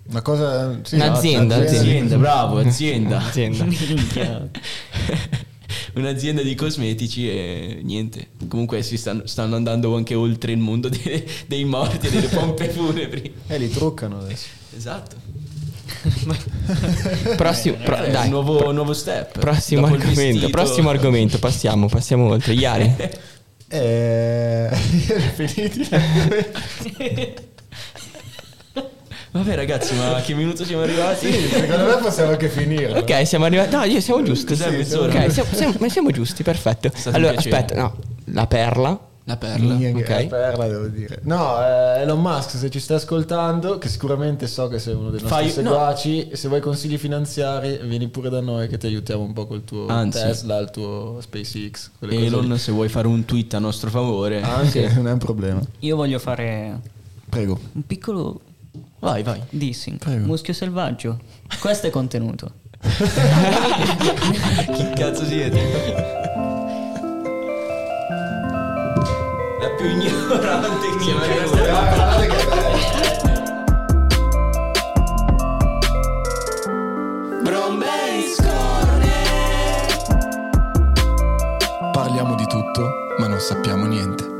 Speaker 1: Una cosa... sì,
Speaker 3: Un'azienda,
Speaker 2: azienda, bravo, azienda.
Speaker 3: Azienda.
Speaker 2: Un'azienda di cosmetici e niente. Comunque si stanno, stanno andando anche oltre il mondo de- dei morti e delle pompe funebri.
Speaker 1: Eh, li truccano adesso.
Speaker 2: Esatto.
Speaker 3: Prossimo, pro-
Speaker 2: Eh,
Speaker 3: dai,
Speaker 2: un nuovo,
Speaker 3: pro-
Speaker 2: nuovo step.
Speaker 3: prossimo
Speaker 2: Dopo il
Speaker 3: argomento,
Speaker 2: vestito.
Speaker 3: prossimo argomento, passiamo, passiamo oltre. Iari,
Speaker 1: Eh... finiti.
Speaker 2: Vabbè ragazzi, ma a che minuto siamo arrivati?
Speaker 1: Sì, secondo me possiamo anche finire.
Speaker 3: ok, siamo arrivati... No, io siamo giusti.
Speaker 2: Cos'è, mezz'ora?
Speaker 3: Ok, siamo, siamo- ma siamo giusti, perfetto.
Speaker 2: stato un
Speaker 3: Allora,
Speaker 2: piacere.
Speaker 3: aspetta, no, la perla.
Speaker 2: La perla.
Speaker 1: Minchia, che
Speaker 3: Ok.
Speaker 1: perla, devo dire. No, eh, Elon Musk, se ci stai ascoltando, che sicuramente so che sei uno dei nostri
Speaker 2: Fai-
Speaker 1: seguaci, se vuoi consigli finanziari, vieni pure da noi che ti aiutiamo un po' col tuo
Speaker 2: Anzi.
Speaker 1: Tesla, il tuo SpaceX, quelle cose lì.
Speaker 2: Elon, Ah, se vuoi fare un tweet a nostro favore.
Speaker 3: Ah,
Speaker 1: Anche, non è un problema.
Speaker 4: Io voglio fare
Speaker 1: Prego.
Speaker 4: un piccolo
Speaker 2: Vai, vai.
Speaker 4: dissing.
Speaker 1: Prego.
Speaker 4: Muschio selvaggio. Questo è contenuto.
Speaker 2: Chi cazzo siete? La più ignorante che
Speaker 1: Parliamo di tutto, ma non sappiamo niente.